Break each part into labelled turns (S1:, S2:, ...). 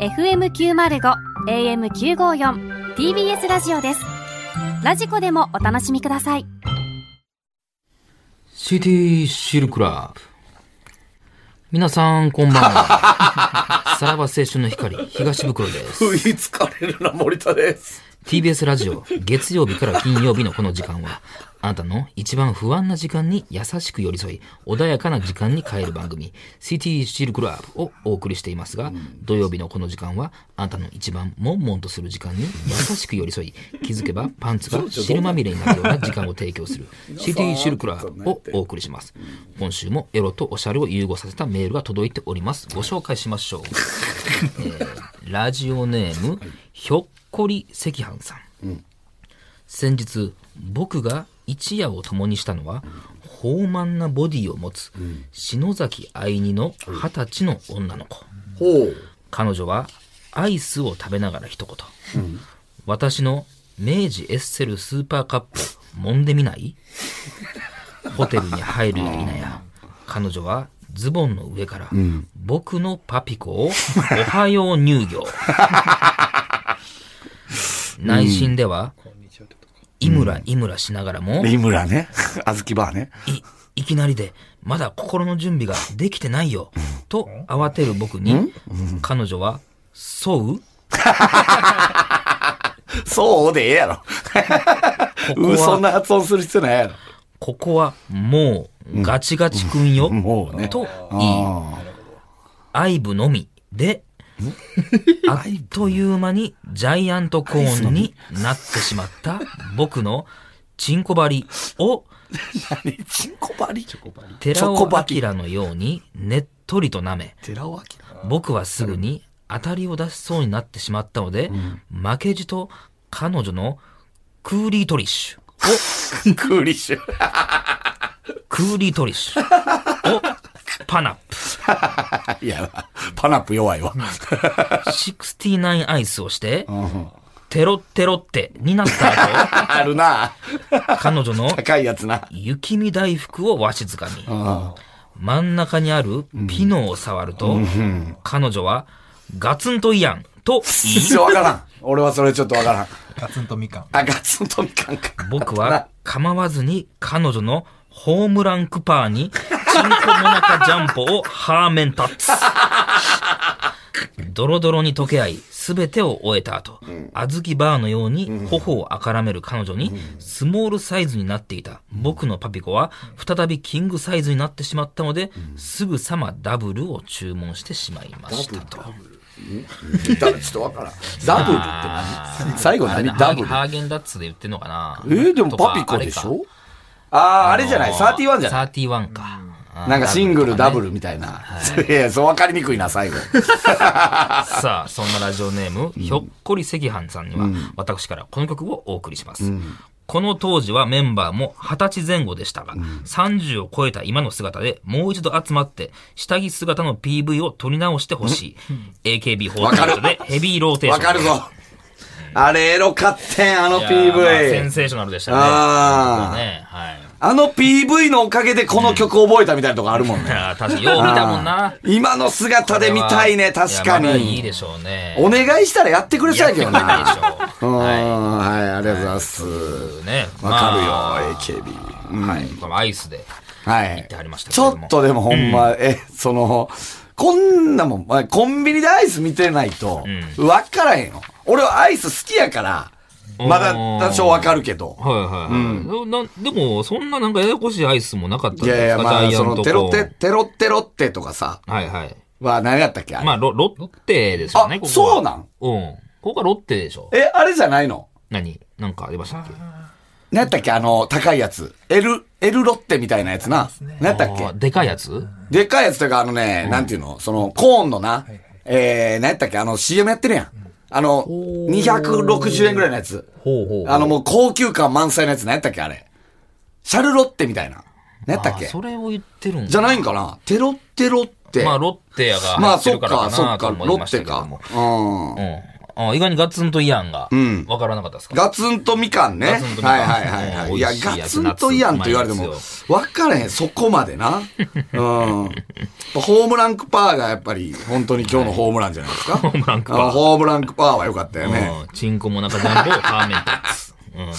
S1: FM905 AM954 TBS ラジオですラジコでもお楽しみください
S2: CD シルクラブ。皆さん、こんばんは。さらば青春の光、東袋です。
S3: 食いつかれるな、森田です。
S2: TBS ラジオ、月曜日から金曜日のこの時間は、あなたの一番不安な時間に優しく寄り添い、穏やかな時間に変える番組、CT シルクラブをお送りしていますが、土曜日のこの時間は、あなたの一番悶々とする時間に優しく寄り添い、気づけばパンツが汁まみれになるような時間を提供する、CT シルクラブをお送りします。今週もエロとおしゃれを融合させたメールが届いております。ご紹介しましょう。ラジオネーム、ひょっこり赤飯さん。先日、僕が一夜を共にしたのは、豊満なボディを持つ、篠崎愛二の二十歳の女の子。
S3: ほう。
S2: 彼女は、アイスを食べながら一言。私の明治エッセルスーパーカップ、揉んでみないホテルに入るや否や、彼女はズボンの上から、僕のパピコを、おはよう乳業。内心では、イムライムラしながらも、
S3: 井村ね。 あずきバーね。
S2: い、いきなりで、まだ心の準備ができてないよ、と慌てる僕に、彼女は、そう
S3: そうでええやろ。
S2: こは
S3: うそんな発音する必要ないや
S2: ここはもうガチガチくんよ、
S3: ろ。もうね。
S2: と言い、アイブのみで、あっという間にジャイアントコーンになってしまった僕のチンコバリを
S3: 何チンコバリチョコバリ。
S2: 寺
S3: チョコ
S2: 尾
S3: バリ
S2: 明のようにねっとりと舐め、
S3: 寺尾明。
S2: 僕はすぐに当たりを出しそうになってしまったので、負けじと彼女のクーリートリッシュを
S3: クーリッシュ。
S2: クーリートリッシュをパナッ
S3: いや、パナップ弱いわ。
S2: プ、69アイスをして、テロッテロッテになった
S3: あるな。
S2: 後、彼女の
S3: 高いやつな。
S2: 雪見大福をわしづかみ、真ん中にあるピノを触ると、彼女はガツンといやんと言い、
S3: 一応わからん。俺はそれちょっとわからん。
S4: ガツンとみかん。
S3: あ、ガツンとみかんか。
S2: 僕は構わずに彼女のホームランクパーに、チンコモナカジャンポをハーメンタ ッツ。ドロドロに溶け合い、すべてを終えた後、あずきバーのように頬をあからめる彼女に、スモールサイズになっていた僕のパピコは、再びキングサイズになってしまったので、すぐさまダブルを注文してしまいましたと。
S3: 聞いたらちょっとわからん。ダブルって何最後
S2: あれだ
S3: 何ダブル。
S2: ハーゲンダッツで言ってんのかな
S3: えー、でも
S2: とか
S3: パピコでし
S2: あれか
S3: ょあー、あれじゃない。31じゃない。
S2: 31か。あー
S3: なんかシングルダブルみたいな。 いや、そう分かりにくいな、最後。
S2: さあ、そんなラジオネーム、ひょっこり赤飯さんには、私からこの曲をお送りします。この当時はメンバーも20歳前後でしたが、30を超えた今の姿でもう一度集まって、下着姿の PV を撮り直してほしい。AKB48 でヘビーローテーショ
S3: わ
S2: ン。
S3: かるぞ。あれ、エロかってん、あの
S2: いやーまあセン
S3: PV。
S2: セーショナルでしたね。
S3: あー
S2: ねはい。
S3: あの PV のおかげでこの曲覚えたみたいなとこあるもん
S2: い
S3: ね。
S2: やー確かによう見たもんな。
S3: 今の姿で見たいね、確か
S2: いやまだいい
S3: に。
S2: でしょうね。
S3: お願いしたらやってく れそうやけど
S2: いやいいでし
S3: な。
S2: ょ
S3: う
S2: う。
S3: ん、
S2: はい。
S3: はい、ありがとうございます。
S2: ね。
S3: わかるよ
S2: まあ、
S3: AKB。うん
S2: はい。このアイスで。
S3: はい
S2: てはりまし。たけ
S3: ち
S2: れ
S3: ょ
S2: ども
S3: っとでもほんま、え、その、こんなもん、まあコンビニでアイス見てないと、わからへんよ。俺はアイス好きやから、まだ
S2: おー
S3: 多少わかるけど。
S2: はいはいはい。なでも、そんななんかややこしいアイスもなかったん
S3: い
S2: ですか
S3: やいや、まあ、
S2: ジャイ
S3: そ
S2: アン
S3: の、
S2: ト
S3: テロ
S2: コー
S3: テ、
S2: ン
S3: テロテロってとかさ、
S2: はいはい。
S3: は何やったっけあれ
S2: まあ、ロロッテですよね、
S3: あ
S2: ここは。
S3: そうなん
S2: うん。ここがロッテでしょ。
S3: え、あれじゃないの
S2: 何なんかありましたっけ
S3: 何やったっけあの、高いやつ。エル、エルロッテみたいなやつな。何やったっけ
S2: あーでかいやつ
S3: でっかいやつとか、あのね、なんていうのその、コーンのな、えー、何やったっけあの、CM やってるやん。あの、260円ぐらいのやつ。
S2: ほうほう。
S3: あの、もう高級感満載のやつ。何やったっけあれ。シャルロッテみたいな。何やったっ
S2: あ
S3: け
S2: それを言ってるんだ
S3: じゃないんかなテロテロって。
S2: まあ、ロッテやが
S3: ま
S2: 入
S3: あ、
S2: って
S3: そっ
S2: るから
S3: か、
S2: か
S3: そ
S2: な
S3: っ
S2: と
S3: か、
S2: 思
S3: ロ
S2: いま
S3: ッ
S2: した
S3: テ
S2: けど
S3: か
S2: も。。
S3: うん
S2: う。ん。あ意外にガツンとイアンが、
S3: ん
S2: わからなかったですか
S3: ガツンとみかんね。
S2: ガツンとみかん
S3: はいはいはい、は
S2: う
S3: い。
S2: ん
S3: いや、
S2: 美味しいやつ
S3: ガツンとイアンと言われて
S2: ナッツう
S3: も
S2: まいで、
S3: わからへん、そこまでな。うん。ホームランクパーがやっぱり、本当に今日のホームランじゃないです か。ホ
S2: ームランクパー
S3: ホームランクパーは良かったよね。
S2: うん。チンコも中ジャンボ、ターメンタック ス。うん。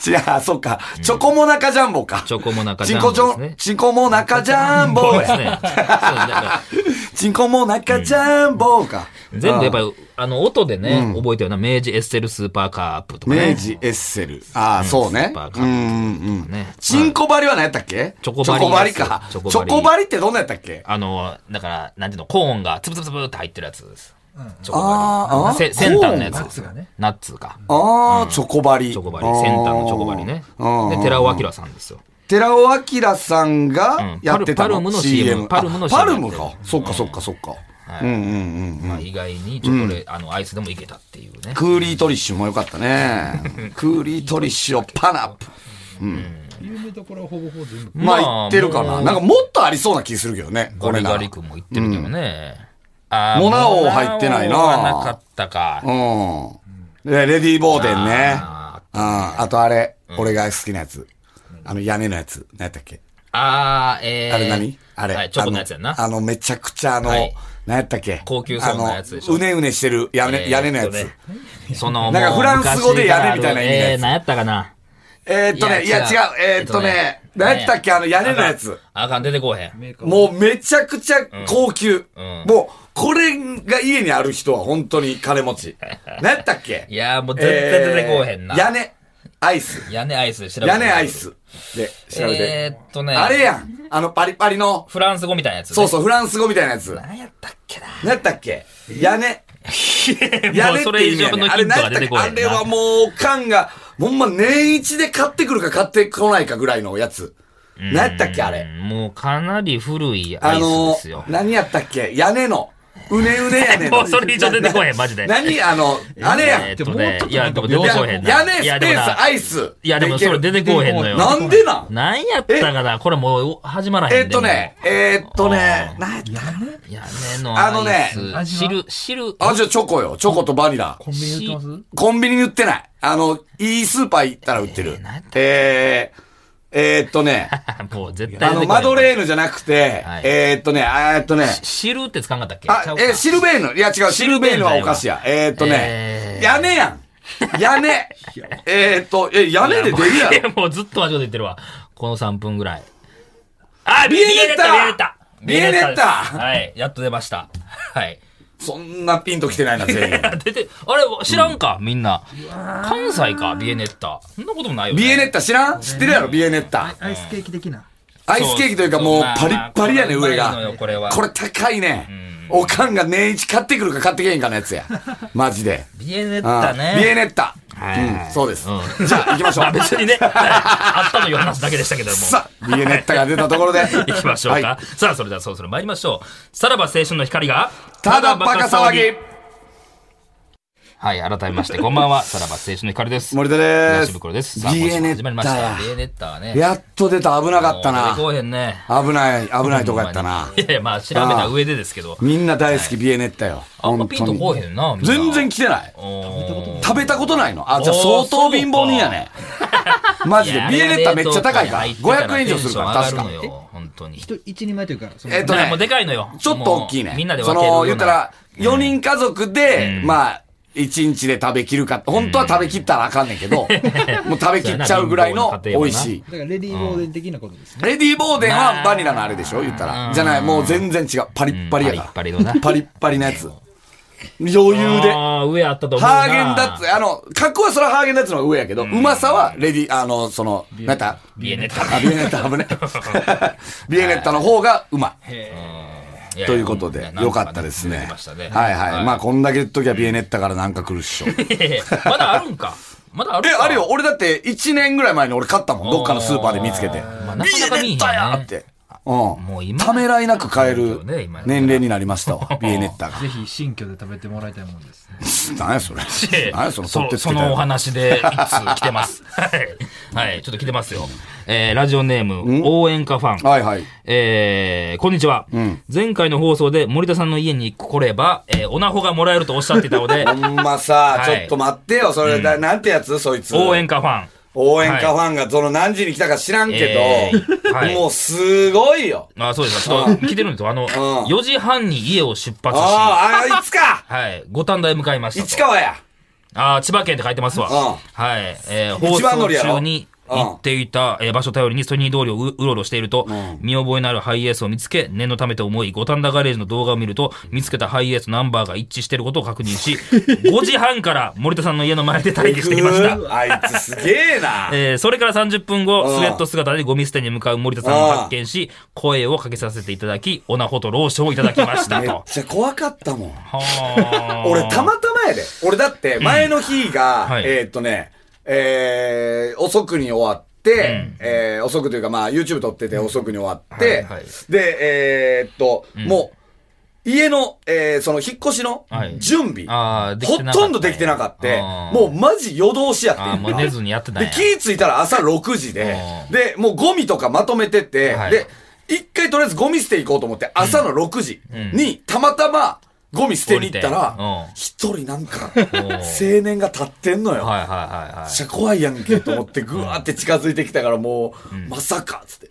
S3: じゃあ、そっか。チョコモナカジャンボか。
S2: チョコモナカジャ
S3: チン
S2: ンボ
S3: コ
S2: で
S3: チ
S2: す
S3: ョ、
S2: ね。
S3: チンコモナカジャンボ
S2: そうです
S3: や。
S2: ね。そうだから
S3: チンコモナカジャンボか。
S2: 全部やっぱ
S3: り。
S2: り、あの、音でね、覚えてるな。明治エッセルスーパーカープとかね。
S3: 明治エッセル。ああ、そう
S2: ス
S3: ね
S2: ーパー。
S3: う
S2: カ
S3: ん
S2: ップ
S3: うんうん。
S2: ね。
S3: チンコバリは何やったっけ
S2: チョコバリ
S3: か。チ
S2: チョ
S3: ョ
S2: コバリ
S3: コバリってどんなやったっけ
S2: あの、だから、なんていうの、コーンがつぶつぶつぶって入ってるやつです。チョコ
S3: あー
S2: バ
S3: あ
S2: リ。せ
S3: ー
S2: 先端のやつ
S3: コーン
S2: です。ナッツか。
S3: ああ、チョコバリ。
S2: チョコバリ。先端のチョコバリね。で、寺尾明さんですよ。
S3: 寺尾明さんが
S2: うん
S3: やってた
S2: パルパルムの CM
S3: パ
S2: パ
S3: ル
S2: ル
S3: ム
S2: ムの
S3: の
S2: CM
S3: CM。あパルム
S2: やっ
S3: か
S2: て。る
S3: そっかそっかそっか。うんうんうん。
S2: まあ、意外に、ちょっとこれ、あの、アイスでもいけたっていうね。
S3: クーリートリッシュもよかっ たね。クーリートリッシュをパナップ。
S4: 有名どころはほぼほぼ全部。
S3: まあ言ってるかな。
S2: もう
S3: なんかもっとありそうな気するけどね。
S2: ゴ
S3: これ
S2: リ
S3: な
S2: ガ
S3: ら。う
S2: リ
S3: ん。
S2: 君も言ってるけどね。あー
S3: モナ王入ってないな
S2: モナ王はなかったか。
S3: レレディー・ボーデンね。
S2: あ
S3: うん。あとあれ、俺が好きなやつ。あの屋根のやつ。何やったっけ
S2: あー、えー。
S3: あれ何あ
S2: はい
S3: れ。
S2: チョコのやつやんな。
S3: あの、あのめちゃくちゃあの
S2: はい、
S3: 何やったっけ
S2: 高級そうなやつでしょ
S3: あのうねうねしてる屋根、屋根のや
S2: えー。
S3: つ
S2: っとねその、
S3: なんか
S2: もう
S3: フランス語でやれみたいな意味のやつ
S2: えー、何やったかな。
S3: えーっとね、いや違う、えーっとね、何やったっけあの屋根のやつ。。
S2: ああかん、出てこうへん。
S4: メーカーは
S3: もうめちゃくちゃ高級。
S2: うんうん
S3: もう、これが家にある人は本当に金持 ち。何やったっけ
S2: いやーもう絶対出てこうへんな
S3: えー屋根、ア イス。
S2: 屋根アイスで調べて
S3: 屋根アイ。ス。で、調べ
S2: え
S3: て。
S2: ーっとね。
S3: あれやん。あの、パリパリの、
S2: フランス語みたいなやつね。
S3: そうそう、フランス語みたいなやつ。
S2: 何やったっけな。
S3: 何やったっけ屋根。屋
S2: も
S3: 根
S2: う
S3: っ
S2: そ
S3: て
S2: れ
S3: 意
S2: 以
S3: 味
S2: 上
S3: やね
S2: の
S3: ん。あ
S2: ヒ
S3: れ
S2: ント
S3: 何や
S2: が
S3: った
S2: 出
S3: ってけ
S2: こ
S3: あ
S2: へんな。
S3: れはもう、缶が、ほんま年一で買ってくるか買ってこないかぐらいのやつ。何やったっけあれ。
S2: うんもうかなり古いア
S3: あ
S2: イス
S3: の
S2: ですよ。
S3: 何やったっけ屋根の。うねうねやね ん。
S2: もうそれ以上出てこへん、マジで。
S3: 何あの、あれやん。
S2: えーっ
S3: い
S2: とね
S4: でももうちょっと
S2: いや、でも出て
S3: や
S2: こ
S4: そう
S2: へんな。
S3: 屋根、ス
S2: いや
S3: ペ
S2: でも
S3: ース、
S2: な
S3: アイス。
S2: いや、でもそれ出てこへんのよ。
S3: なんでなん
S2: 何やったかなこれもう始まらへんで。
S3: えっとね、えっとね、何やった
S2: もう。屋根の
S3: あのね
S2: アイス。
S4: 味
S2: 汁、汁。
S3: あ、じゃあチョコよ。チョコとバニラ。
S4: コンビニで売ってます
S3: コンビニに売ってない。あの、いいスーパー行ったら売ってる
S2: えー何やっ。
S3: えー、えーっとね、
S2: もう絶対
S3: あ
S2: 出てこへ
S3: の、
S2: ん。
S3: マドレーヌじゃなくて
S2: はい、
S3: えーっとね、えーっとね、
S2: 汁ってつかんかったっけ
S3: あ
S2: ちゃう、か
S3: えーシルベーヌ。いや違う、シ
S2: シ
S3: ル
S2: ル
S3: ベ
S2: ベ
S3: ー
S2: ー
S3: ヌ
S2: ヌ
S3: はお菓子や。えーっとね
S2: え、ー
S3: 屋根 やん。屋根。えーっと、え、屋根で出るや
S2: い
S3: ん。
S2: や、もうずっと間違で言ってるわ。この3分ぐらい。あ、
S3: ビエネッタ
S2: ビエネッタ
S3: ビエネッタ
S2: ですはい、やっと出ました。はい。
S3: そんなピンときてないな、全員。
S2: 出て、あれ、知らんか、みんな。関西か、ビエネッタ。そんなこともないよ、ね。
S3: ビエネッタ知らん知ってるやろ、ビエネッタ。
S4: アイスケーキ的な。
S3: アイスケーキというかもうパリッパリやね、
S2: そうそう
S3: 上
S2: まあまあ
S3: が。
S2: これは
S3: これ高いね。おかんが年一買ってくるか買ってけへんかのやつや。マジで。
S2: ビエネッ
S3: うん
S2: タね。
S3: ビエネッタ。
S2: はい
S3: うんそうです。
S2: うん
S3: じゃあ行きましょう
S2: まあ。別 にね、はいあったのよ話だけでしたけども。
S3: さあ、ビエネッタが出たところで。
S2: 行きましょうか。
S3: はい
S2: さあ、それではそろそろ参りましょう。さらば青春の光が、
S3: ただバカ騒ぎ。
S2: はい、改めまして、こんばんは。さらば青春の光です。
S3: 森田で
S2: 東
S3: す。
S2: 袋です。さあ、
S3: ビエネ
S2: 今週も始まり
S3: ッ
S2: ま
S3: タ
S2: した。
S3: や
S2: ビ。エネッタはね。
S3: やっと出た。危なかった
S2: もう出てこ
S3: な。
S2: うへんね。
S3: 危ない、危ないとこやったな。
S2: いやいや、まあ、調べた上でですけど。
S3: みんな大好きビエネッタよ。
S2: あんま
S3: 本
S2: ピン
S3: 当
S2: とこう
S3: に。
S2: へんな。みんな
S3: 全然来てない。
S2: おー
S3: 食べたことないのあ、じゃあ
S2: おー
S3: 相当貧乏人やね。マジで。ビエネッタめっちゃ高いから。500円以上するから、確か。
S2: に。本当に。
S4: 一人一人前というか、その
S3: えっと
S2: なんかも
S3: ね
S2: う、でかいのよ。
S3: ちょっと大きいね
S2: も。うみんなで分
S3: そ
S2: けるよう
S3: の、
S2: な
S3: 言ったら、4人家族で、まあ、1日で食べきるか、本当は食べきったらあかんねん けど、もう食べきっちゃうぐらいの美味しい。
S4: だからレディー・ボーデン的なことですね。
S3: レディー・ボーデンはバニラのあれでしょ言ったら。じゃない、もう全然違う。パリッパリやから。
S2: パリ ッパリのな
S3: パリッパリのやつ。余裕で。
S2: あー上あったと思うな。
S3: ハーゲンダッツ、あの、格好はそれはハーゲンダッツの方が上やけど、うまさはレディ、あの、その、なんやった
S2: ビエネッタ。
S3: あ、ビエネッタ危ね。 ビエネッタの方がうまい。
S2: いや
S3: ということで
S2: や、
S3: よかったですね。
S2: 出てましたね
S3: はいはい。まあ、こんだけ言っときゃビエネッタからなんか来るっ しょ。え、
S2: いやいや まだあるんか。まだあるんか
S3: あれよ、俺だって1年ぐらい前に俺買ったもん。どっかのスーパーで見つけて。ビ
S2: まあなかなか見えへん
S3: エネ
S2: ね
S3: ッタやって。う。
S2: もうん今
S3: ためらいなく買える
S2: ね今
S3: 年齢になりまし たわ、ビエネッタが。
S4: ぜひ新居で食べてもらいたいもんですね。
S3: 何やそれ。何やその取ってつけ
S2: そ
S3: た
S2: のお
S3: や
S2: 話で一通来て ます。はい。はい、ちょっと来てますよ。えーラジオネーム、応援歌ファン
S3: つ。はいはい。
S2: えーこんにちは、前回の放送で森田さんの家に来れば、えーおなほがもらえるとおっしゃっていたので
S3: ほ、んまさ、
S2: はい
S3: ちょっと待ってよ、それ、だなんてやつそいつ。
S2: 応援歌ファン。
S3: 応援歌ファンがその何時に来たか知らんけ
S2: えー
S3: ど、
S2: はい
S3: もうすごいよ。
S2: あ、そうですか。ちょっと来てるんですよ。あの、
S3: ん
S2: 4時半に家を出発し、は
S3: ああ、あい つか
S2: い、五反田へ向かいましたと。
S3: 市川や
S2: あー千葉県って書いてますわ。
S3: うん
S2: はい。えー放
S3: 一番乗
S2: 送
S3: りやろ
S2: 中に行っていた、えー場所を頼りにソニー通りをううろうろしていると、見覚えのあるハイエースを見つけ、念のためと思い、五反田ガレージの動画を見ると、見つけたハイエースナンバーが一致していることを確認し、5時半から森田さんの家の前で待機していました。
S3: あいつすげえな。
S2: えーそれから30分後、
S3: うん
S2: スウェット姿でゴミ捨てに向かう森田さんを発見し、声をかけさせていただき、オナホとローションをいただきました
S3: めっ
S2: と。
S3: ちゃ怖かったもん。
S2: はー
S3: 俺、たまたまやで。俺だって、前の日が、
S2: うんはい
S3: えーっとね、えー、遅くに終わって、えー遅くというか、まあ、YouTube 撮ってて遅くに終わって、
S2: はいはい
S3: で、えーっと、もう、家の、えーその、引っ越しの
S2: はい
S3: 準備、
S2: あーでき
S3: ほ
S2: てなかった
S3: とんどできてなかって、
S2: あー
S3: もうマジ夜通しやって
S2: あー、
S3: ん
S2: もう
S3: な
S2: 寝ずにやってたん
S3: で、
S2: や。
S3: 気ぃついたら朝6時で
S2: う、ん
S3: で、もうゴミとかまとめてて、
S2: はい
S3: で、一回とりあえずゴミ捨て行こうと思って、朝の6時にたまたまゴミ捨てに行った
S2: 降
S3: ら
S2: りてうん、
S3: 一人なんか、
S2: ん
S3: 青年が立ってんのよ。
S2: はいはいはいはい
S3: めっ。ちゃ怖いやんけと思って、ぐわーって近づいてきたからもう、まさかっつって、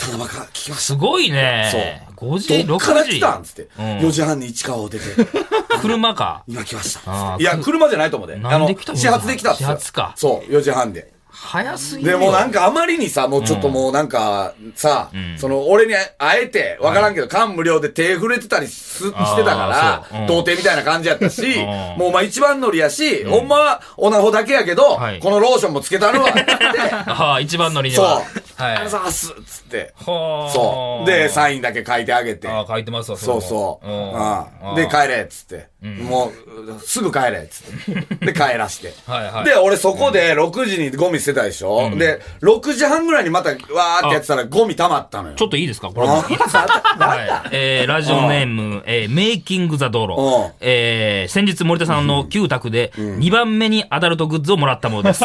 S3: 田中聞きまし
S2: すごい
S3: た。そう
S2: ね。。5時、6時。
S3: どっから来たんつって、
S2: うん
S3: 4時半に市川を出て、
S2: 車か。
S3: 今来まし
S2: あ
S3: た。
S2: ー
S3: いや、車じゃないと思うで。
S2: なんで来たの
S3: あの始発で来たっつっ
S2: 始
S3: て
S2: 発か
S3: そう、4時半で。
S2: 早すぎるよ。
S3: でもなんかあまりにさ、もうちょっともうなんかさ、
S2: ん
S3: その俺に会えて、わからんけど、感無量で手触れてたりすしてた
S2: あ
S3: か
S2: ーそうう
S3: ら、
S2: ん
S3: 童貞みたいな感じやったし
S2: う、ん
S3: もうまあ一番乗りやし、ほんまはオナホだけやけど
S2: はい、
S3: このローションもつけた るわ、つって、
S2: ああ、一番乗りで
S3: そう
S2: は。、は
S3: あ
S2: い
S3: の。さ、すっつって、
S2: はあ。
S3: そう。で、サインだけ書いてあげて、
S2: ああ、書いてますわ、
S3: そう
S2: れも
S3: そう。
S2: ん
S3: う
S2: あ
S3: ん
S2: あ
S3: で、帰れっつって。もう、すぐ帰れっつって。で、帰らして。
S2: はいはい
S3: で、俺そこで6時にゴミ捨てたでしょ、で、6時半ぐらいにまたわーってやってたらゴミ溜まったのよ。
S2: ちょっといいですかこれも。いいですかはい。えー、ラジオネーム、えー、メイキングザ道
S3: うん
S2: 路。えー、先日森田さんの旧宅で2番目にアダルトグッズをもらったものです。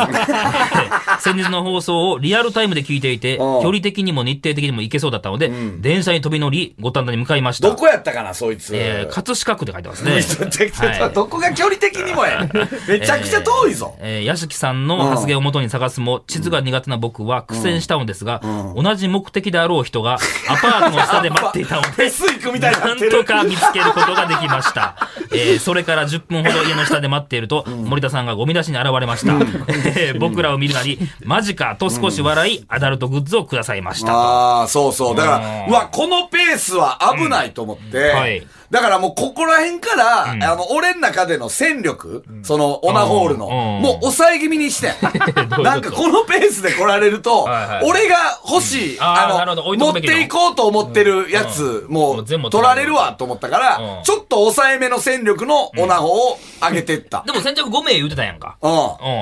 S2: 先日の放送をリアルタイムで聞いていて、距
S3: うん
S2: 離的にも日程的にも行けそうだったので、電車に飛び乗り、五反田に向かいました。
S3: どこやったかな、そいつ。
S2: えー、葛飾区で書いてますね。
S3: ちょちょちょどこが距離的にもや。めちゃくちゃ遠い ぞ。
S2: えー、屋敷さんの発言を元に探すも、地図が苦手な僕は苦戦したのですが、同じ目的であろう人がアパートの下で待っていたので、
S3: フェス行くみたいにな
S2: な
S3: っ
S2: ん
S3: てる
S2: とか見つけることができま した。えーそれから10分ほど家の下で待っていると、森田さんがゴミ出しに現れました。 えー僕らを見るなり、マジかと少し笑い、アダルトグッズをくださいました。
S3: ああ、そうそう。だから、
S2: うん
S3: うわ、このペースは危ないと思って、
S2: うんはい
S3: だからもうここら辺から、
S2: ん
S3: あの、俺ん中での戦力、その、オナホールの、
S2: うん
S3: もう抑え気味にしてん
S2: どういうこと
S3: なんかこのペースで来られると、
S2: はいはい
S3: 俺が欲しい、
S2: んあーな
S3: あ
S2: るほど
S3: の
S2: 置いと
S3: 持
S2: く
S3: っ
S2: べきの
S3: ていこうと思ってるやつ、も
S2: も
S3: う
S2: う全部
S3: 取られるわと思ったから、
S2: うん
S3: ちょっと抑えめの戦力のオナホを上げてった。
S2: でも先着5名言うてたやんか。
S3: うん。
S2: う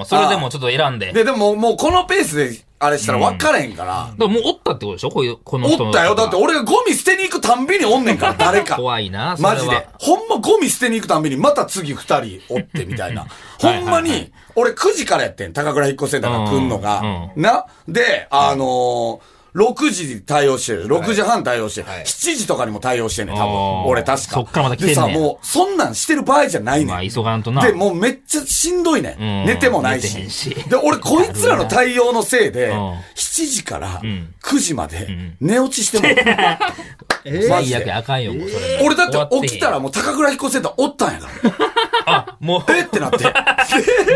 S2: ん、それでもちょっと選んで。
S3: あーで、でももうこのペースで、あれしたら分からへんから、
S2: だからもうおったってことでしょこういう、この人の
S3: おったよ。だって俺がゴミ捨てに行くたんびにおんねんから、誰か。
S2: 怖いな、それは
S3: マジで。ほんまゴミ捨てに行くたんびにまた次二人おってみ たいな。ほ
S2: はい
S3: んま
S2: はいは
S3: に、俺9時からやってん。高倉引っ越しセンターが来んのが。な。で、あのー、6時に対応してる。6時半対応してる。
S2: はい
S3: 7時とかにも対応してんねん、多
S2: あ
S3: 分。
S2: ー
S3: 俺確か。
S2: そっからまた来てんねん
S3: でさ、もう、そんなんしてる場合じゃないね
S2: まあ、
S3: ん。
S2: 急がんとな。
S3: で、もうめっちゃしんどいね
S2: うん
S3: ん。寝てもない
S2: 寝てへん
S3: し。
S2: し
S3: で、俺こいつらの対応のせいで、
S2: うん
S3: 7時から
S2: ん
S3: 9時まで
S2: ん
S3: 寝落ちしてもらう
S4: え
S3: マ
S4: ー、
S3: ジ
S2: 最悪
S3: で
S2: やあかんよ、もうそれ。
S3: 俺だって起きたら
S2: も
S3: もう高倉彦センターおったんやから。
S2: あ、もう、
S3: えってなって。
S2: も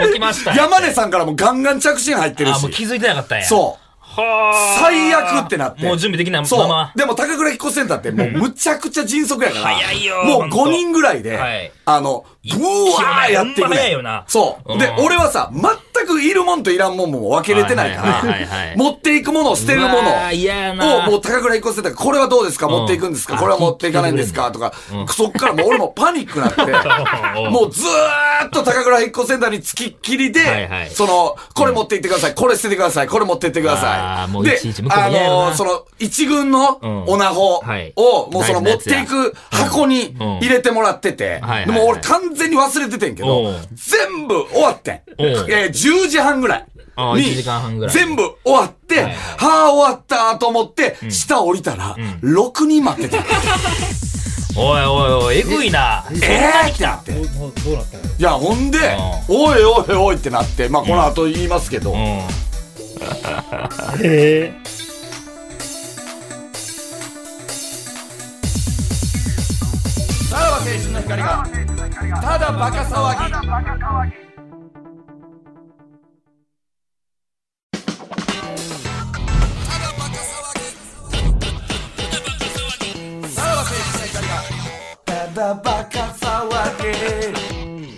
S2: う来ました。
S3: 山根さんからもガンガン着信入ってる
S2: あ、もう
S3: し。
S2: 気づいてなかったんや。う。
S3: そう。
S2: はあ。
S3: 最悪ってなって。
S2: もう準備できない
S3: そう
S2: まま。
S3: でも高倉彦センターってもうむちゃくちゃ迅速やから。
S2: 早いよ
S3: もう
S2: ほん
S3: 5
S2: と
S3: 人ぐらい
S2: は
S3: で
S2: い、
S3: あの、ブワーやってく
S2: ほんま早い
S3: れ
S2: よな。
S3: そう。で
S2: う、ん
S3: 俺はさ、全くいるもんといらんもんも分けれてないか
S2: はいはいはいは
S3: ら、
S2: い
S3: 持っていくもの、捨てるも
S2: うわー嫌や
S3: の
S2: な
S3: を、もう高倉一個捨てたら、これはどうですか
S2: うん
S3: 持っていくんですか
S2: あ
S3: これは持っていかないんですか
S2: 聞い
S3: と
S2: て
S3: か
S2: くれんねうん、
S3: そっからもう俺もパニックな って、もうずーっと高倉一個センターに付きっきり
S2: はいは
S3: で、
S2: い
S3: その、これ持っていってください、これ捨ててください、これ持っていってくださ
S2: あーも
S3: い。
S2: う
S3: で
S2: いちいち向、こう
S3: あ
S2: も嫌やろな
S3: のー、その、一軍の
S2: うん
S3: オナホ
S2: はい
S3: を、もうそ
S2: 大事な
S3: の持っ
S2: やつ
S3: て
S2: や
S3: いく箱に
S2: うん
S3: 入れてもらってて
S2: はいはいは、い
S3: でも俺完全に忘れててんけ
S2: お
S3: ど
S2: う、
S3: 全部終わってん。
S2: おう
S3: えー10時半ぐらい
S2: あー
S3: に、
S2: 1時間半ぐらい
S3: 全部終わって、
S2: はいはい
S3: はあ終わったと思って、下降りたら、6人待ってた。
S2: おいお いおい、えぐいな。
S3: えーってなって。
S4: どうどうどうなったの
S3: いや、ほんで、おいおいおいってなって、まあこの後言いますけど、
S2: うん。
S5: え
S3: さらば青春の光が、ただバカ騒ぎ。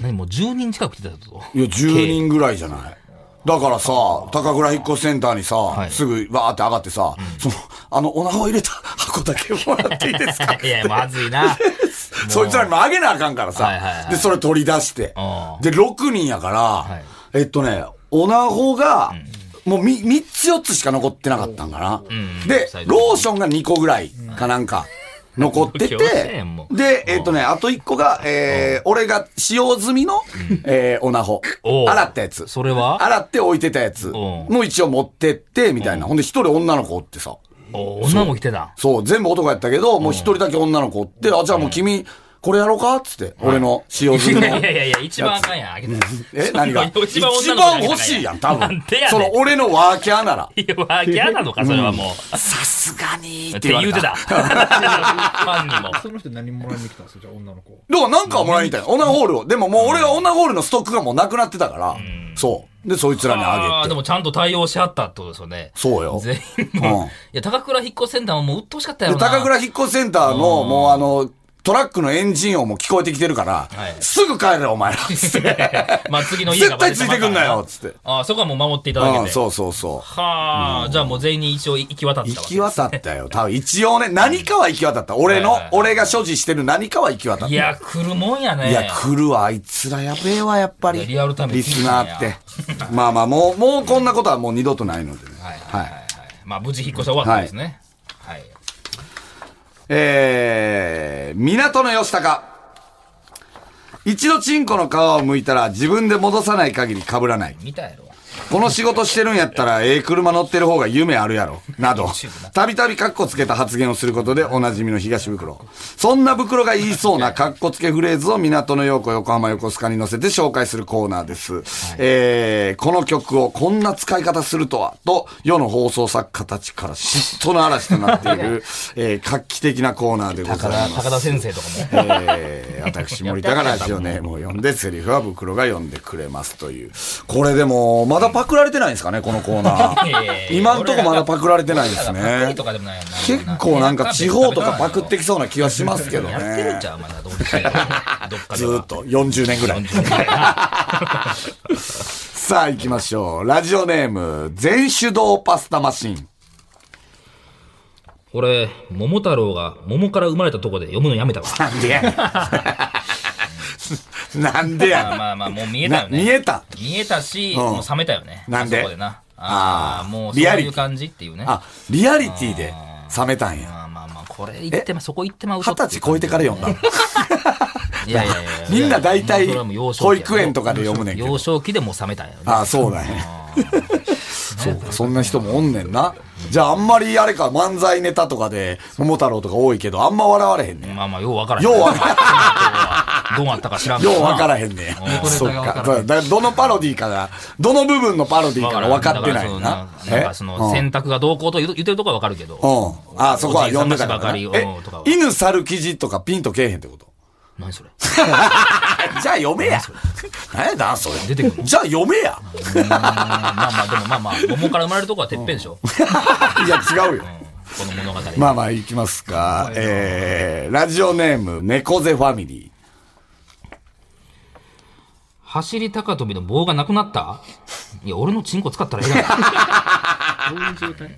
S2: 何もう10人近く来てたぞ。
S3: いや、10人ぐらいじゃない。だからさ、高倉引っ越しセンターにさ、
S2: い
S3: すぐわーって上がってさ、その、あの、お腹を入れた 箱だけもらっていいです か
S2: いや、まずいな。
S3: そいつらにもあげなあかんからさ、
S2: はいはいはい
S3: で、それ取り出して、
S2: うん
S3: で、6人やから、えっとね、オナホが、もうみ3つ4つしか残ってなかったんかな。
S2: ん
S3: で
S2: 最、後
S3: ローションが2個ぐらいかなんか 残ってて
S2: 強制やんも、う
S3: で、えっとね、あと1個が、えー、俺が使用済みの、えー、オナホ。
S2: おう
S3: 洗ったやつ。
S2: それは
S3: 洗って置いてたやつ
S2: ん
S3: もう一応持ってって、みたいな。ほんで一人女の子おってさ。
S2: お女も来てた。
S3: そう、全部男やったけど、もう一人だけ女の子おって、あ、じゃあもう君、これやろうかっつって、俺の使用
S2: い
S3: 済みの
S2: やい。やいやいや、一番あかんやん、あげたら。
S3: え、何が
S2: 一
S3: 一
S2: 番
S3: 番
S2: 女の子だけだから
S3: 欲しいやん、多
S2: な
S3: 分
S2: んでやね。ん
S3: その俺のワーキャーなら。
S2: いや、わけやなのか、それはもう。
S3: さすがに
S2: っ
S3: ってて言わ
S2: 言
S3: れ
S2: うて
S3: た。
S2: た。ファンにも。
S4: その人何もらいに来たんですよ、じゃあ女の子。
S3: だからなんかはもらいに行ったよ。オナホールを。でももう俺はオナホールのストックがもうなくなってたから、そう。で、そいつらに
S2: あ
S3: あ
S2: ー
S3: げ
S2: で
S3: て。
S2: もちゃんと対応しはったってことですよね。
S3: そうよ。
S2: 全員
S3: うん
S2: もう。いや、高倉引っ越しセンターはもう鬱陶しかったやろ
S3: で、
S2: な。
S3: 高倉引っ越しセンターの、もうあの、トラックのエンジン音も聞こえてきてるから
S2: はい、
S3: すぐ帰れ、お前ら。つって
S2: まあ 次の家がバ
S3: 絶対
S2: レ
S3: つ
S2: てま
S3: い
S2: すか
S3: てく
S2: ら
S3: ん
S2: な
S3: なよ、つって。
S2: ああ、そこはもう守っていただけ
S3: うん、
S2: て。
S3: そうそうそう。
S2: はあ、じゃあもう全員に一応行き渡ったわけ
S3: 行
S2: です
S3: き渡ったよ。多分一応ね、何かは行き渡った。俺の
S2: はいはい、
S3: 俺が所持してる何かは行き渡った。
S2: いや、来るもんやね。
S3: いや、来るわ、あいつらやべえわ、やっぱり。
S2: いやリアルタイムで
S3: リ
S2: 聞い
S3: ス
S2: てんね
S3: ナ
S2: や
S3: ーって。まあまあ、もう、もうこんなことはもう二度とないのでね。
S2: はいはいはいはい。まあ無事引っ越しは終わったんですね。はい。
S3: えー、港の吉高。一度チンコの皮を剥いたら自分で戻さない限り被らない。
S2: 見たやろ。
S3: この仕事してるんやったら、ええ車乗ってる方が夢あるやろ。など、たびたびカッコつけた発言をすることでおなじみの東袋。そんな袋が言いそう なカッコつけフレーズを港の陽子横浜横須賀に乗せて紹介するコーナーです。えー、この曲をこんな使い方するとは、と世の放送作家たちから嫉妬の嵐となってい る、えー、画期的なコーナーでござ
S2: 高
S3: い
S2: 田、
S3: ます
S2: 高。田先生とかも。
S3: えー、私、森田がラジオネームを読んで、セリフは袋が読んでくれますという。これでも、まだパクられてないんですかね、このコーナ
S2: いやいやいや
S3: ー。今んとこまだパクられてないです
S2: 俺らがパクリ
S3: ね
S2: と。かでもないやな
S3: 結構なんか地方とかパクってきそうな気がしますけど
S2: やってるん
S3: ね
S2: ち。ゃうまだどうしてどっ かで
S3: ずー
S2: は
S3: っ。と、40年ぐらい。さあ、行きましょう。ラジオネーム、全手動パスタマシン。
S2: これ、桃太郎が桃から生まれたとこで読むのやめたわ。
S3: なんでやね ん。なんで
S2: まあ
S3: や
S2: まあまあ、もう見
S3: ね
S2: え
S3: ん
S2: たよ
S3: な
S2: ね。
S3: 見えた。
S2: 見えたし、
S3: ん
S2: もう冷めたよね。
S3: なんで
S2: あそこでな。あ
S3: あー
S2: あ、もうそう
S3: リア
S2: い
S3: リティ
S2: う感じっていうね。
S3: あ、リアリティで冷めたんや。
S2: まあまあまあ、これ言ってま、そこ言ってまうと
S3: 二
S2: ってい
S3: 十
S2: う
S3: 歳超えてから読んだの。
S2: いやいやいやいや。
S3: みんな大体
S2: もうそれはもう幼少期
S3: 保育園とかで読むねんけど
S2: 幼少期でもう冷めたんやね。
S3: ああ、そうだね。 そうか、そんな人もおんねんな。じゃああんまりあれか、漫才ネタとかで、桃太郎とか多いけど、あんま笑われへんねん。
S2: まあまあ、ようわからへん。
S3: ようわから
S2: どうあったか知らんけ
S3: よ
S2: どな
S3: うわからへんね
S2: うん
S3: ん。そっか。だからどのパロディーかが、どの部分のパロディーかが分かってないよな
S2: だから。そのなんかその、
S3: え
S2: 選択がどうこうと言う言ってるとこはわかるけど。
S3: うん。うんああ、そこは読んでたか
S2: お
S3: ら
S2: じい
S3: な。
S2: さんたちばかりをとかは
S3: え、犬猿記事とかピンとけえへんってこと
S2: 何それ
S3: じゃあ読めや。何やだ、それ。
S2: 出てくるの
S3: じゃあ読めや。
S2: まあまあ、でもまあまあ、桃から生まれるとこはてっぺんでしょ。
S3: いや、違うよ。
S2: この物語。
S3: まあまあ、行きますか。えー、ラジオネーム、猫背ファミリ
S2: 走り高跳びの棒がなくなったいや、俺のチンコ使ったらええやん。
S5: どういう状態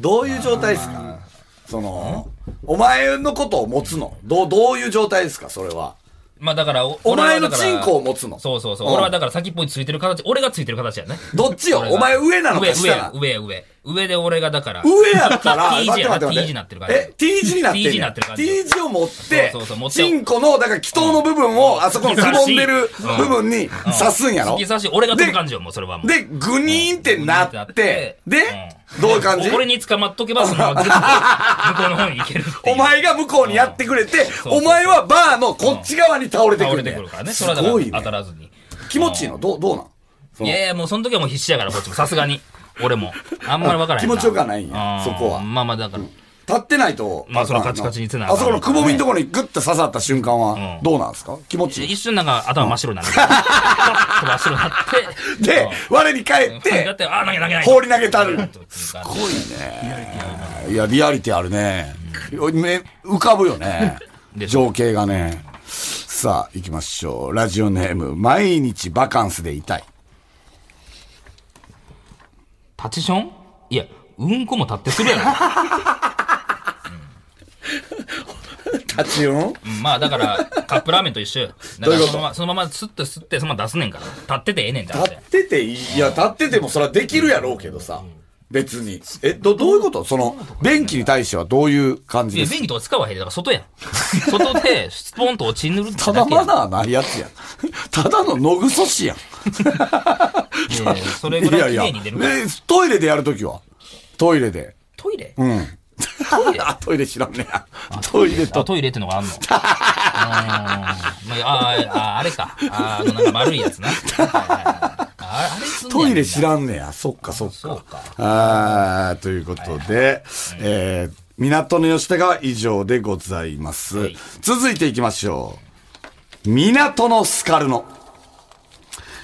S3: どういう状態ですかその、お前のことを持つのどう、どういう状態ですかそれは。
S2: まあだから、
S3: お前
S2: 俺はだから
S3: のチンコを持つの
S2: そうそうそう。
S3: うん
S2: 俺はだから先っぽについてる形、俺がついてる形やね。
S3: どっちよ
S2: 俺が
S3: お前上なの
S2: 上、
S3: か下
S2: 上
S3: な
S2: や、上、上。上で俺がだから。
S3: 上やったら、
S2: T
S3: 待
S2: 字
S3: って
S2: や
S3: 待
S2: な、
S3: って
S2: T
S3: 待
S2: 字なっ
S3: っ
S2: て
S3: て
S2: る。感じ。
S3: え、T 字になって
S2: T
S3: ん
S2: 字になってる
S3: ねん
S2: 感じ
S3: T 字を持って
S2: そうそうそう持、って
S3: チンコの、だから、祈祷の部分を、あそこのくぼんでる
S2: うん
S3: 部分に
S2: うん
S3: 刺すんやろ
S2: 突き刺し、俺が取る感じよ、もうそれはもう。
S3: で、グニーンってなって、
S2: うん
S3: で、どういう感じ
S2: お俺に捕まっとけば、そのままずっと向こうの方に行けるってい
S3: お
S2: う。
S3: 前が向こうにやってくれて、
S2: うん
S3: お前はバーのこっち側に倒れて
S2: 倒れ
S3: くるんだ
S2: て
S3: よ
S2: くるからね。
S3: す
S2: それはだから
S3: ごい
S2: 当た
S3: ね。
S2: らずに。
S3: 気持ちいいのどう、どうなんそ
S2: い
S3: の
S2: やいや、もうその時はもう必死やから、こっちも。さすがに。俺も。あんまりわからへんな
S3: 気持ちよくはないんや
S2: うん
S3: そこは
S2: まあまあだから。
S3: 立ってないと。
S2: まあ
S3: かん
S2: そらカチカチにつなが
S3: あ
S2: る
S3: そこのくぼみのところにグッと刺さった瞬間は
S2: う、ん
S3: どうなんですか気持ちいい
S2: 一。瞬なんか頭真っ白にな る。パッと真っ白になって。
S3: で、我に返っ、
S2: だってて、あ、投げ投げ投げ。
S3: 放り投げたる
S2: すご
S3: すごいね。いや、リアリティあるね。ね浮かぶよね。
S2: でしょ
S3: 情景がね。さあ、行きましょう。ラジオネーム、毎日バカンスでいたい。
S2: タチションいや、うんこも立ってす るやろ。
S3: 立ちよん
S2: うんまあだから、カップラーメンと一緒よ。だ
S3: ど
S2: か
S3: ういう
S2: ら
S3: こと
S2: そのまま、そのままスッと吸って、そのまま出すねんから。立っててええねんって
S3: 立ってていい、いや、立っててもそれはできるやろうけどさ。別に。え、ど、どういうことその、便器に対してはどういう感じ
S2: いや、
S3: ですか
S2: 便器とか使わへん。だから外やん。外で、スポンと落ちぬるって
S3: た
S2: だ
S3: だ
S2: けや
S3: マ
S2: ん。
S3: ナーないやつやん。ただの野ぐそしや
S2: い
S3: ん。
S2: やいやそれぐらい綺麗に出るから。
S3: えトイレでやるときはトイレで。
S2: トイレ
S3: うん。
S2: トイレ
S3: あ、トイレ知らんねや。トイレ
S2: あ
S3: と。
S2: トイレってのがあん のうーんまあ、ああ、あれか。ああの、なんか丸いやつな。はいはいはいああれすんねや
S3: トイレ知らんねや。そっかそっ
S2: そう
S3: か。
S2: か。
S3: あーということで、えー、港の吉田が以上でございます。
S2: はい
S3: 続いていきましょう。港のスカルノ。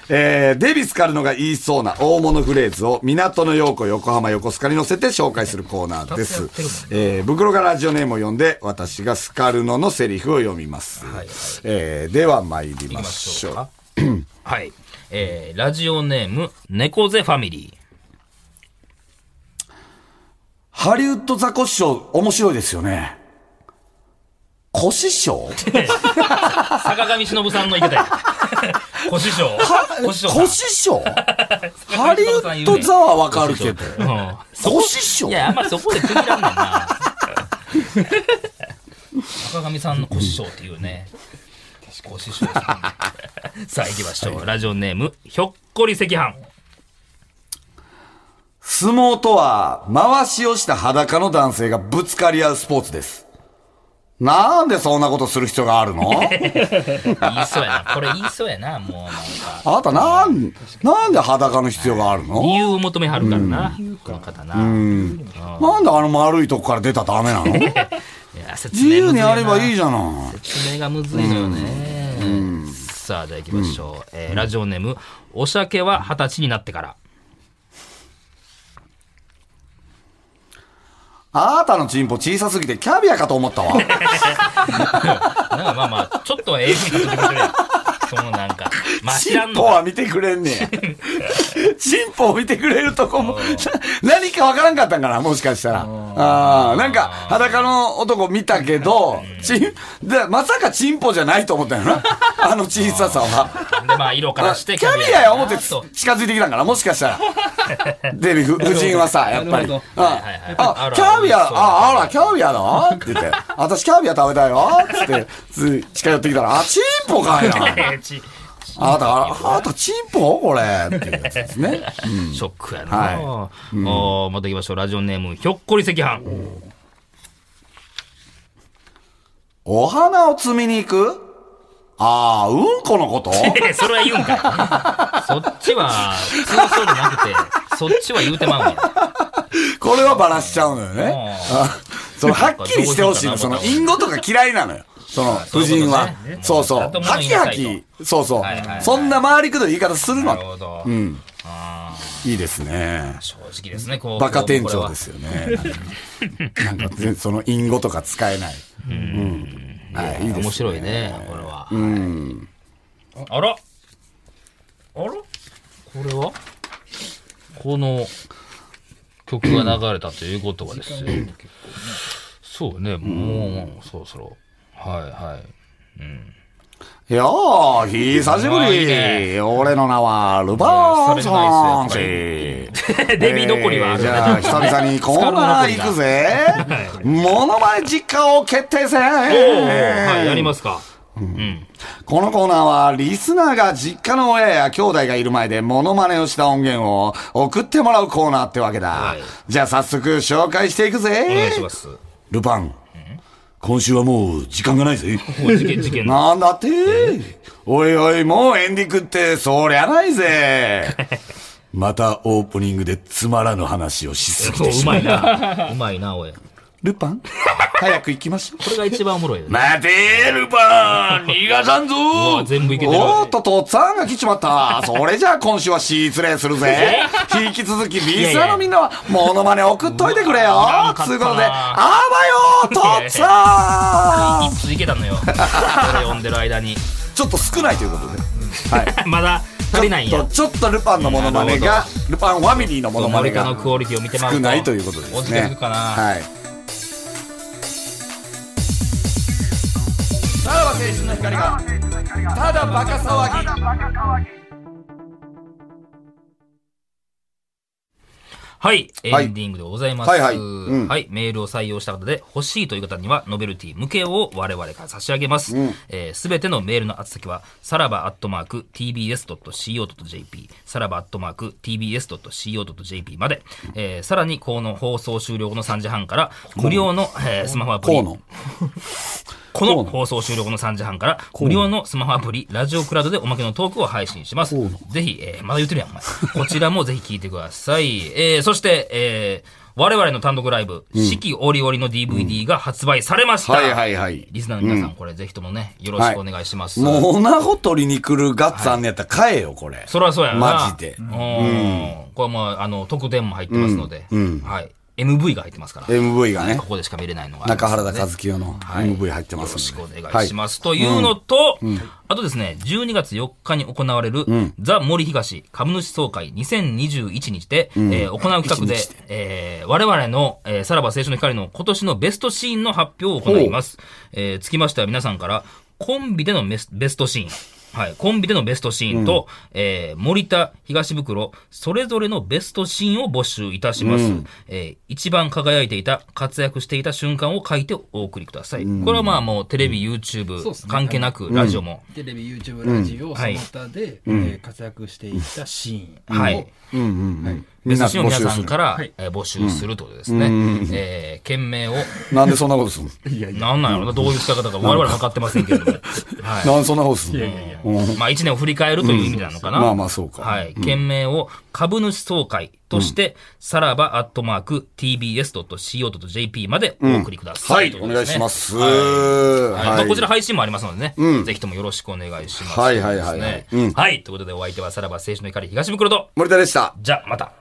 S3: えー、デビスカルノが言いそうな大物フレーズを港の陽子横浜横須賀に乗せて紹介するコーナーです
S2: 二つやっ。
S3: えー、袋がラジオネームを読んで、私がスカルノのセリフを読みます。えー、では参りましょう。
S2: はい。えー、ラジオネーム、猫背ファミリー。
S3: ハリウッドザコシショウ面白いですよね。コシショウ
S2: 坂上忍さんの言い 方や。小師匠。小師匠さん。
S3: コシショウ ハリウッドザはわかるけど。
S2: うん
S3: コシショ
S2: い
S3: ウ
S2: や、あんまりそこで区切らんねんな。中上さんの小師匠っていうね。小師匠さん。さあ、行きましょう。ラジオネーム、ひょっこり赤飯。
S3: 相撲とは、回しをした裸の男性がぶつかり合うスポーツです。なんでそんなことする必要がある の
S2: 言いそうやな。これ言いそうやな、もうなんか。
S3: あなたなん、なんで裸の必要がある
S2: 理
S3: の
S2: 由を求めはるからな、この方な。
S3: なんであの丸いとこから出たらダメなの
S2: いや
S3: 自由にやればいい
S2: じ
S3: じゃな
S2: ゃ
S3: い。
S2: ん。説明がむずいのよね。さあ、じゃあ行きましょう。えーラジオネーム、お酒は二十歳になってから。
S3: あなたのチンポ小さすぎてキャビアかと思ったわ。
S2: なんかまあまあ、ちょっとはええふうに言ってくれるやんそのなんか、まあ知
S3: チ
S2: ら
S3: ン
S2: んの
S3: ポ
S2: か
S3: は見てくれんねや。チンポを見てくれるとこも、何かわからんかったんかな、もしかしたら。ああ、なんか裸の男見たけど、チン、でまさかチンポじゃないと思った よな。あの小ささは。
S2: でまあ色からして
S3: キャビアや思ってつ
S2: そう
S3: 近づいてきたんかな、もし かしたら。デヴィ夫夫人はさ、やっぱ
S5: な
S3: り。うん
S5: るほど
S2: いはい
S3: あ
S2: あ、ら
S3: キャビア、
S2: 美味しそう
S3: あ、あら、キャビアだって言って、私キャビア食べたいよって、つい近寄ってきたら、あ、チンポかい な。
S2: ち
S3: あなた、あなた、チンポこれっていうやつです ね。
S2: ショックやな、
S3: は
S2: おーまた行きましょうラジオネームひょっこり赤飯
S3: お花を摘みに行くああ、うんこ のこと
S2: えそれは言うんかいそっちは強そうでなくてそっちは言うてまうんや
S3: これはバラしちゃうのよね。あそのはっきりしてほしいの。その、隠語とか嫌いなのよ。その、
S2: そう
S3: 夫
S2: いう
S3: 人
S2: こと
S3: は
S2: ね。
S3: そうそう。
S2: ちゃんと
S3: は
S2: 物言
S3: き
S2: いな
S3: は
S2: さいと
S3: き。そうそう
S2: はいはいは。い
S3: そんな回りくどい言い方する
S2: な
S3: の
S2: る。ほど、
S3: うん。
S2: あ
S3: いいですね
S2: ー。正直ですねこう
S3: バカ店
S2: これ
S3: 長
S2: は
S3: ですよね。なんかなんか全、その、隠語とか使えない。うん。はい、いいですね。
S2: 面白いねこれは、あらあらこれは
S6: この曲が流れたということはですね、そうね、もうそろそろ、はいはい。
S3: いやー、久しぶ
S6: あーいい
S3: り。
S6: ね
S3: 俺の名は、ルパンさん
S6: いやさ
S3: し。
S2: デビ残りは ある
S3: じゃあ、久々 にコーナー行くぜ。モノマネ実家を決定戦。
S2: はい、やりますか。
S3: このコーナーは、リスナーが実家の親や兄弟がいる前でモノマネをした音源を送ってもらうコーナーってわけだ。
S2: はい
S3: じゃあ、早速紹介していくぜ。
S2: お願いします。
S3: ルパン、今週はもう時間がな いぜ。
S2: もう事件事件の。
S3: なんだっておいおい、もうエンディングって、そりゃない ぜ。またオープニングでつまらぬ話をしすぎ
S2: そう、
S3: てし
S2: う
S3: まう。
S2: まいな。うまいな、おい。こ
S3: ルパン、早く行きましょう。
S2: れが一番おもろいよね。
S3: 待てー、ルパン逃がさんぞ
S2: うわ全部いけてる
S3: おーっと、とっつぁんが来ちまった。それじゃあ今週は失礼するぜ。引き続き、リスナーのみんなは、モノマネ送っといてくれよ
S2: わ。
S3: つう
S2: なん
S3: ことで、
S2: か
S3: あばよー、とっつ ぁん
S2: 一通いけたのよ。これ読んでる間に。
S3: ちょっと少ないということで。はい。
S2: まだ足りないん
S3: ちょ
S2: や
S3: っ。とちょっとルパンのモノマネ
S2: なる
S3: が、ルパンファミリーのモノマネ
S2: 森田
S3: が
S2: のクオリティを見てまう
S3: 少ないということですね。
S2: 落ちてくるかな。
S3: はい。さらば青春の光が、ただバカ騒ぎ。
S2: はい、エ
S3: はい
S2: ンディングでございます。
S3: はい
S2: は
S3: はいいうん
S2: メールを採用した方で欲しいという方には、ノベルティ向けを我々から差し上げます。す、えー、べ、てのメールの宛先は、さらばアットマーク tbs.co.jp、さらばアットマーク tbs.co.jp まで、えーさらに、この放送終了後の3時半から、無料の、えースマホアプリ、
S3: 河野。
S2: この放送終了後の3時半から、無料のスマホアプリ、ラジオクラウドでおまけのトークを配信します。ぜひ、えーまだ言ってるやん、お前。こちらもぜひ聞いてください。 えーそして、えー我々の単独ライブ、四季折々の DVD が発売されました。
S3: はいはいはい
S2: リスナーの皆さん、これぜひともね、よろしくお願いします。
S3: もう、ナホ取りに来るガッツあんねやったら買えよ、これ。
S2: そりゃそうやな。
S3: マジで
S2: うん。これはもう、あの、特典も入ってますので、はい。MV が入ってますから。
S3: MV がね
S2: こ、こでしか見れないのがあります
S3: 中
S2: ので。
S3: 原田和樹用の
S2: はい
S3: MV 入ってますんで。
S2: よろしくお願いします。というのと、あとですね、12月4日に行われる、ザ・森東株主総会2021にて、えー行う企画で、えー我々の、えーさらば青春の光の今年のベストシーンの発表を行います。えーつきましては皆さんから、コンビでのメスベストシーン。はい。コンビでのベストシーンと、えー森田、東袋、それぞれのベストシーンを募集いたします。えー一番輝いていた、活躍していた瞬間を書いてお送りください。これはまあもうテレビ、
S5: そう
S2: YouTube
S5: っすね
S2: 関係なく、ラジオも。
S5: テレビ、YouTube、ラジオ、そ
S2: はい
S5: の他で、えー活躍していたシーンを。
S2: はい。ベ
S3: みん
S2: ス
S3: な
S2: トシーンを
S3: 募
S2: 皆
S3: 集
S2: さ
S3: す
S2: ん
S3: る。
S2: から、えー募集するということですね。えー、件名を、
S3: なんでそんなことすんの
S2: なんなんやろな、どういう使い方か我々測ってませんけれ ども。はい。
S3: なんでそんなことすんの
S2: まあ一年を振り返るという意味なのかな。
S3: うんまあまあそうか
S2: はい。件名を株主総会として、さらばアットマーク tbs.co.jp までお送りくださ。
S3: はいい、お願いします。
S2: はいはいま
S3: は
S2: あ
S3: い
S2: こちら配信もありますのでね、ぜひともよろしくお願いします。
S3: はいはいはいはい
S2: ですね
S3: うん
S2: はい。ということでお相手はさらば青春の怒り東袋と、
S3: 森田でした。
S2: じゃあまた。